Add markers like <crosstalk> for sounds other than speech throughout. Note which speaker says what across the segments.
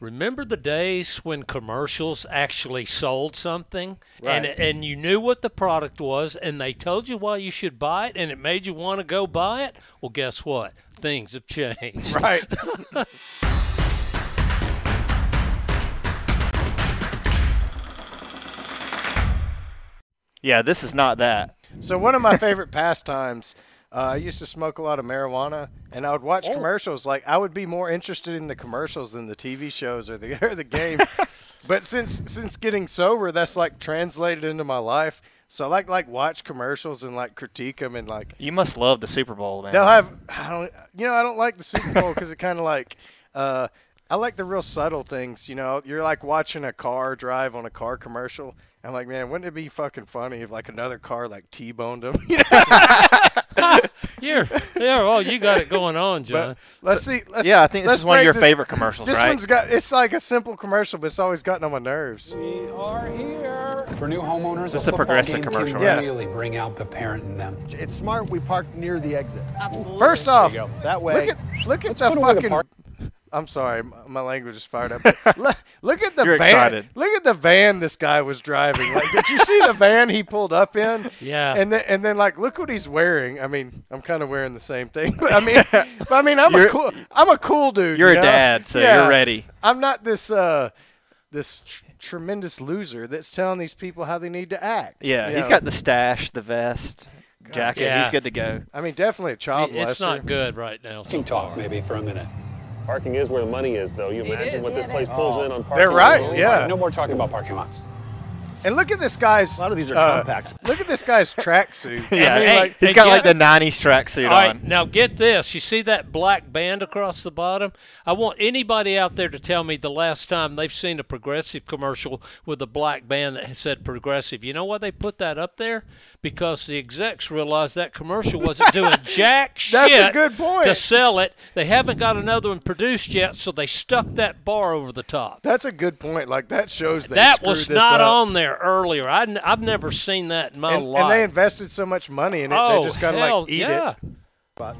Speaker 1: Remember the days when commercials actually sold something and
Speaker 2: Right.
Speaker 1: and you knew what the product was and they told you why you should buy it and it made you want to go buy it? Well, guess what? Things have changed.
Speaker 2: Right.
Speaker 3: Yeah, this is not that.
Speaker 4: <laughs> So one of my favorite pastimes. Uh, I used to smoke a lot of marijuana, and I would watch commercials. Like I would be more interested in the commercials than the TV shows or the <laughs> or the game. but since since getting sober, that's like translated into my life. So I like like watch commercials and like critique them and like
Speaker 3: You must love the Super Bowl, man.
Speaker 4: They'll have I don't you know I don't like the Super Bowl because it kind of like uh, I like the real subtle things. You know, you're like watching a car drive on a car commercial. I'm like, man, wouldn't it be fucking funny if like another car like T-boned him? <laughs> You know?
Speaker 1: <laughs> Yeah, yeah. Well, you got it going on, John.
Speaker 4: let's see. Let's,
Speaker 3: Uh-huh. yeah, I think this
Speaker 4: let's
Speaker 3: is one of
Speaker 4: break
Speaker 3: your
Speaker 4: this-
Speaker 3: favorite commercials,
Speaker 4: This
Speaker 3: right?
Speaker 4: one's got it's like a simple commercial, but it's always gotten on my nerves.
Speaker 5: We are here. For new homeowners,
Speaker 3: That's a
Speaker 5: football
Speaker 3: Progressive
Speaker 5: game
Speaker 3: commercial,
Speaker 5: can
Speaker 4: right?
Speaker 5: really bring out the parent in them.
Speaker 6: It's smart we parked near the exit.
Speaker 7: Absolutely.
Speaker 4: First off,
Speaker 6: That way.
Speaker 4: look at look at
Speaker 6: put
Speaker 4: the
Speaker 6: away the
Speaker 4: fucking.
Speaker 6: park-
Speaker 4: I'm sorry, my, my language is fired up. but look, look at the
Speaker 3: You're
Speaker 4: van.
Speaker 3: excited.
Speaker 4: Look at the van this guy was driving. Like, did you see the van he pulled up in?
Speaker 1: Yeah.
Speaker 4: And then and then like, look what he's wearing. I mean, I'm kind of wearing the same thing. <laughs> But I
Speaker 3: <laughs>
Speaker 4: mean, but I mean, I'm
Speaker 3: You're-
Speaker 4: a cool. I'm a cool dude.
Speaker 3: You're
Speaker 4: you
Speaker 3: a
Speaker 4: know?
Speaker 3: dad, so you're
Speaker 4: Yeah.
Speaker 3: ready.
Speaker 4: I'm not this uh, this tr- tremendous loser that's telling these people how they need to act.
Speaker 3: Yeah,
Speaker 4: you
Speaker 3: he's
Speaker 4: know?
Speaker 3: got the stash, the vest, jacket.
Speaker 1: Yeah.
Speaker 3: He's good to go.
Speaker 4: I mean, definitely a child
Speaker 1: it's
Speaker 4: molester.
Speaker 1: not good right now.
Speaker 5: Can talk maybe for a minute.
Speaker 8: Parking is where the money is, though. You imagine
Speaker 7: is.
Speaker 8: what this
Speaker 7: Yeah,
Speaker 8: place
Speaker 7: that-
Speaker 8: pulls in on parking.
Speaker 4: Oh. They're right.
Speaker 8: alone.
Speaker 4: Yeah.
Speaker 5: No more talking about parking lots.
Speaker 4: And look at this guy's.
Speaker 6: A lot of these are
Speaker 4: uh,
Speaker 6: compacts.
Speaker 4: Look at this guy's
Speaker 1: <laughs>
Speaker 4: tracksuit.
Speaker 3: Yeah,
Speaker 4: I mean,
Speaker 1: hey,
Speaker 4: like,
Speaker 3: he's
Speaker 1: hey,
Speaker 3: got like the
Speaker 1: guys.
Speaker 3: '90s tracksuit
Speaker 1: All right,
Speaker 3: on.
Speaker 1: now get this. You see that black band across the bottom? I want anybody out there to tell me the last time they've seen a progressive commercial with a black band that said progressive. You know why they put that up there? Because the execs realized that commercial wasn't doing
Speaker 4: <laughs>
Speaker 1: jack shit.
Speaker 4: That's a good point.
Speaker 1: To sell it, they haven't got another one produced yet, so they stuck that bar over the top.
Speaker 4: that's a good point. Like that shows they
Speaker 1: that
Speaker 4: screwed
Speaker 1: was
Speaker 4: this
Speaker 1: not
Speaker 4: up.
Speaker 1: on there earlier. I n- I've never seen that in my
Speaker 4: And,
Speaker 1: life.
Speaker 4: and they invested so much money in it,
Speaker 1: oh,
Speaker 4: they just gotta
Speaker 1: hell,
Speaker 4: like eat
Speaker 1: yeah.
Speaker 4: it.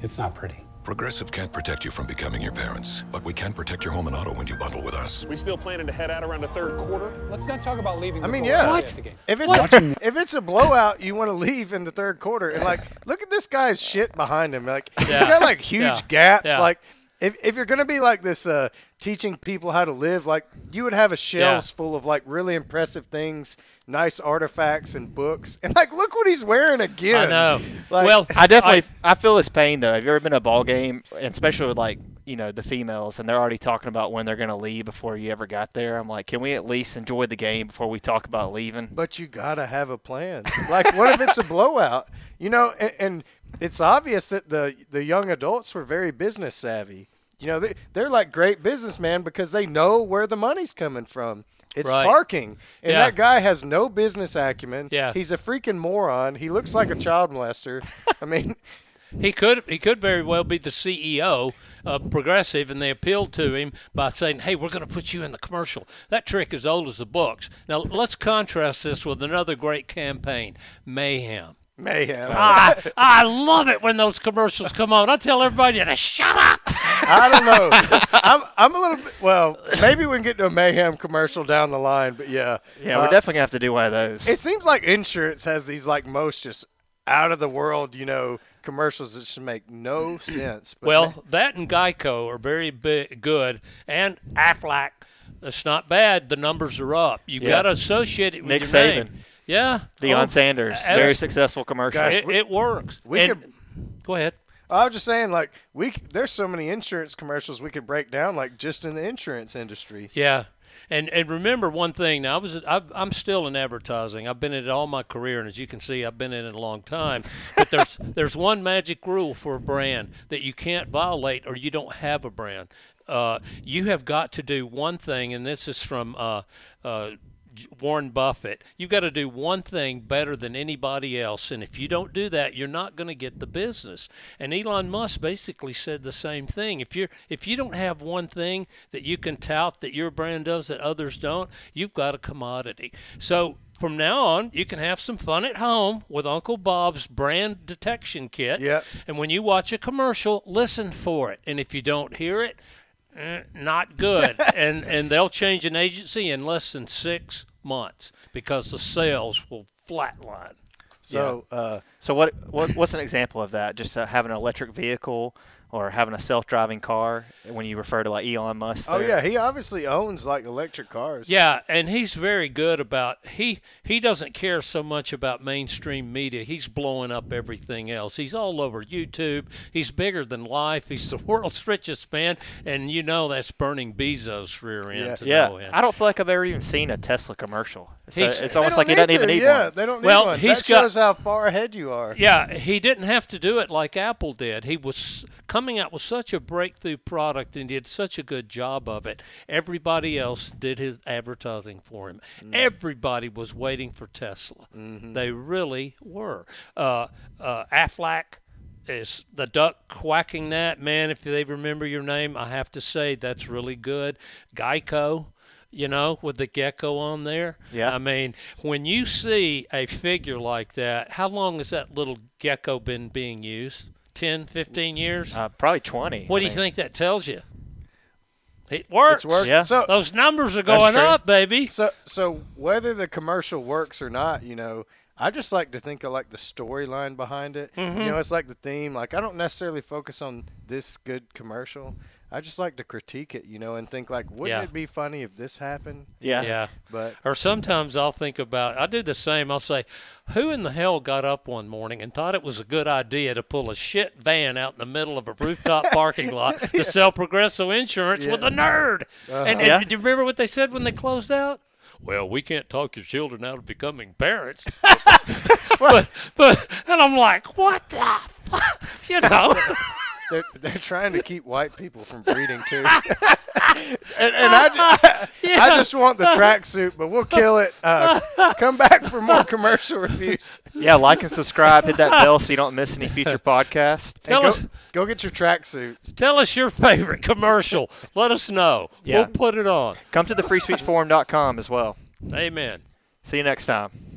Speaker 5: It's not pretty.
Speaker 9: Progressive can't protect you from becoming your parents, but we can protect your home and auto when you bundle with us.
Speaker 8: We still planning to head out around the third quarter.
Speaker 5: Let's not talk about leaving.
Speaker 4: I mean,
Speaker 5: before we
Speaker 4: yeah.
Speaker 5: get the game.
Speaker 4: If it's a, if it's a blowout, you want to leave in the third quarter. And like, look at this guy's shit behind him. Like, he's
Speaker 1: Yeah.
Speaker 4: got like huge
Speaker 1: Yeah.
Speaker 4: gaps.
Speaker 1: Yeah.
Speaker 4: Like, if, if you're gonna be like this, uh, teaching people how to live, like you would have a shelves
Speaker 1: Yeah.
Speaker 4: full of like really impressive things, nice artifacts and books. And like, look what he's wearing
Speaker 1: I
Speaker 4: again.
Speaker 1: know.
Speaker 4: Like, <laughs>
Speaker 1: well,
Speaker 3: I definitely, I, feel his pain though. Have you ever been to a ball game, and especially with like you know the females, and they're already talking about when they're gonna leave before you ever got there? I'm like, can we at least enjoy the game before we talk about leaving?
Speaker 4: But you gotta have a plan. Like, what if it's a blowout? <laughs> You know, and, and it's obvious that the the young adults were very business savvy. You know, they, they're like great businessmen because they know where the money's coming from. It's
Speaker 1: Right.
Speaker 4: parking, and
Speaker 1: Yeah.
Speaker 4: that guy has no business acumen.
Speaker 1: Yeah.
Speaker 4: he's a freaking moron. He looks like a child molester. I mean, <laughs>
Speaker 1: He could he could very well be the CEO of Progressive, and they appealed to him by saying, "Hey, we're going to put you in the commercial." That trick is old as the books. Now let's contrast this with another great campaign, Mayhem.
Speaker 4: mayhem.
Speaker 1: I I love it when those commercials come on. I tell everybody to shut up.
Speaker 4: I don't know. I'm I'm a little bit, well. Maybe we can get to a mayhem commercial down the line, but yeah,
Speaker 3: yeah,
Speaker 4: Uh,
Speaker 3: we're definitely gonna have to do one of those.
Speaker 4: It seems like insurance has these like most just out of the world, you know, commercials that just make no
Speaker 3: <clears throat>
Speaker 4: sense. But
Speaker 1: Well, that and Geico are very bi- good, and Aflac. That's not bad. The numbers are up. You've
Speaker 3: Yeah.
Speaker 1: got to associate it with
Speaker 3: Nick
Speaker 1: your
Speaker 3: Saban.
Speaker 1: name. Yeah,
Speaker 3: Deion
Speaker 1: Oh,
Speaker 3: Sanders,
Speaker 1: uh,
Speaker 3: very
Speaker 1: it-
Speaker 3: successful commercial.
Speaker 4: Guys,
Speaker 1: It, it works.
Speaker 4: we
Speaker 1: And-
Speaker 4: could-
Speaker 1: go ahead.
Speaker 4: I was just saying, like we c- there's so many insurance commercials we could break down, like just in the insurance industry.
Speaker 1: Yeah, and and remember one thing. Now I was i I'm still in advertising. I've been in it all my career, and as you can see, I've been in it a long time. But there's there's one magic rule for a brand that you can't violate, or you don't have a brand. Uh, you have got to do one thing, and this is from. Uh, uh, J- Warren Buffett, you've got to do one thing better than anybody else. And if you don't do that, you're not going to get the business. And Elon Musk basically said the same thing. If you're if you don't have one thing that you can tout that your brand does that others don't, you've got a commodity. So from now on, you can have some fun at home with Uncle Bob's brand detection kit.
Speaker 4: Yep.
Speaker 1: And when you watch a commercial, listen for it. And if you don't hear it, eh, not good. and and they'll change an agency in less than six months because the sales will flatline.
Speaker 4: So uh,
Speaker 3: So what, what what's an example of that? Just uh, having an electric vehicle or having a self-driving car when you refer to like Elon Musk.
Speaker 4: oh
Speaker 3: there?
Speaker 4: yeah, he obviously owns like electric cars.
Speaker 1: Yeah, and he's very good about he he doesn't care so much about mainstream media. He's blowing up everything else. He's all over YouTube. He's bigger than life. He's <laughs> the world's richest man, and you know that's burning Bezos' rear end
Speaker 4: Yeah.
Speaker 1: to no
Speaker 3: Yeah,
Speaker 1: end.
Speaker 3: I don't feel like I've ever even seen a Tesla commercial. So
Speaker 1: Oh, He's-
Speaker 3: it's
Speaker 1: They
Speaker 4: They
Speaker 3: almost like he
Speaker 4: don't
Speaker 3: doesn't
Speaker 4: need
Speaker 3: even
Speaker 4: to.
Speaker 3: need
Speaker 4: yeah,
Speaker 3: one.
Speaker 4: they don't need
Speaker 1: Well,
Speaker 4: one.
Speaker 1: he's
Speaker 4: that
Speaker 1: got-
Speaker 4: shows how far ahead you are.
Speaker 1: Yeah, he didn't have to do it like Apple did. He was coming out with such a breakthrough product and did such a good job of it. Everybody else did his advertising for him. Everybody was waiting for Tesla. They really were. Uh, uh, Aflac is the duck quacking that man. If they remember your name, I have to say that's really good. Geico. You know, with the gecko on there.
Speaker 3: Yeah.
Speaker 1: I mean, when you see a figure like that, how long has that little gecko been being used? 10, 15 years?
Speaker 3: Uh, probably twenty.
Speaker 1: what
Speaker 3: I
Speaker 1: do you
Speaker 3: mean.
Speaker 1: think that tells you? It works.
Speaker 4: It's working.
Speaker 3: Yeah.
Speaker 4: So
Speaker 1: Those numbers are going
Speaker 3: true.
Speaker 1: up, baby.
Speaker 4: So, so whether the commercial works or not, you know, I just like to think of like the storyline behind it. You know, it's like the theme. Like, I don't necessarily focus on this good commercial. I just like to critique it, you know, and think like, wouldn't
Speaker 1: Yeah.
Speaker 4: it be funny if this happened?
Speaker 3: Yeah.
Speaker 1: Yeah.
Speaker 4: But
Speaker 1: Or sometimes I'll think about, I do the same. I'll say, who in the hell got up one morning and thought it was a good idea to pull a shit van out in the middle of a
Speaker 4: <laughs>
Speaker 1: rooftop parking lot to sell Progresso insurance with a nerd?
Speaker 4: Uh-huh.
Speaker 1: And, and
Speaker 3: Yeah.
Speaker 1: do you remember what they said when they closed out? Well, we can't talk your children out of becoming
Speaker 4: <laughs>
Speaker 1: parents. but, but, and I'm like, what the fuck? You
Speaker 4: <laughs>
Speaker 1: know? <laughs>
Speaker 4: they're they're trying to keep white people from breeding too. and, and I just, I just want the tracksuit, but we'll kill it. Uh, come back for more commercial reviews.
Speaker 3: Yeah, like and subscribe, hit that bell so you don't miss
Speaker 1: <laughs>
Speaker 3: any future podcasts.
Speaker 1: Tell
Speaker 4: Go,
Speaker 1: us.
Speaker 4: go get your tracksuit.
Speaker 1: Tell us your favorite commercial. Let us know.
Speaker 3: Yeah.
Speaker 1: We'll put it on.
Speaker 3: Come to the freespeechforum.com as well.
Speaker 1: Amen.
Speaker 3: See you next time.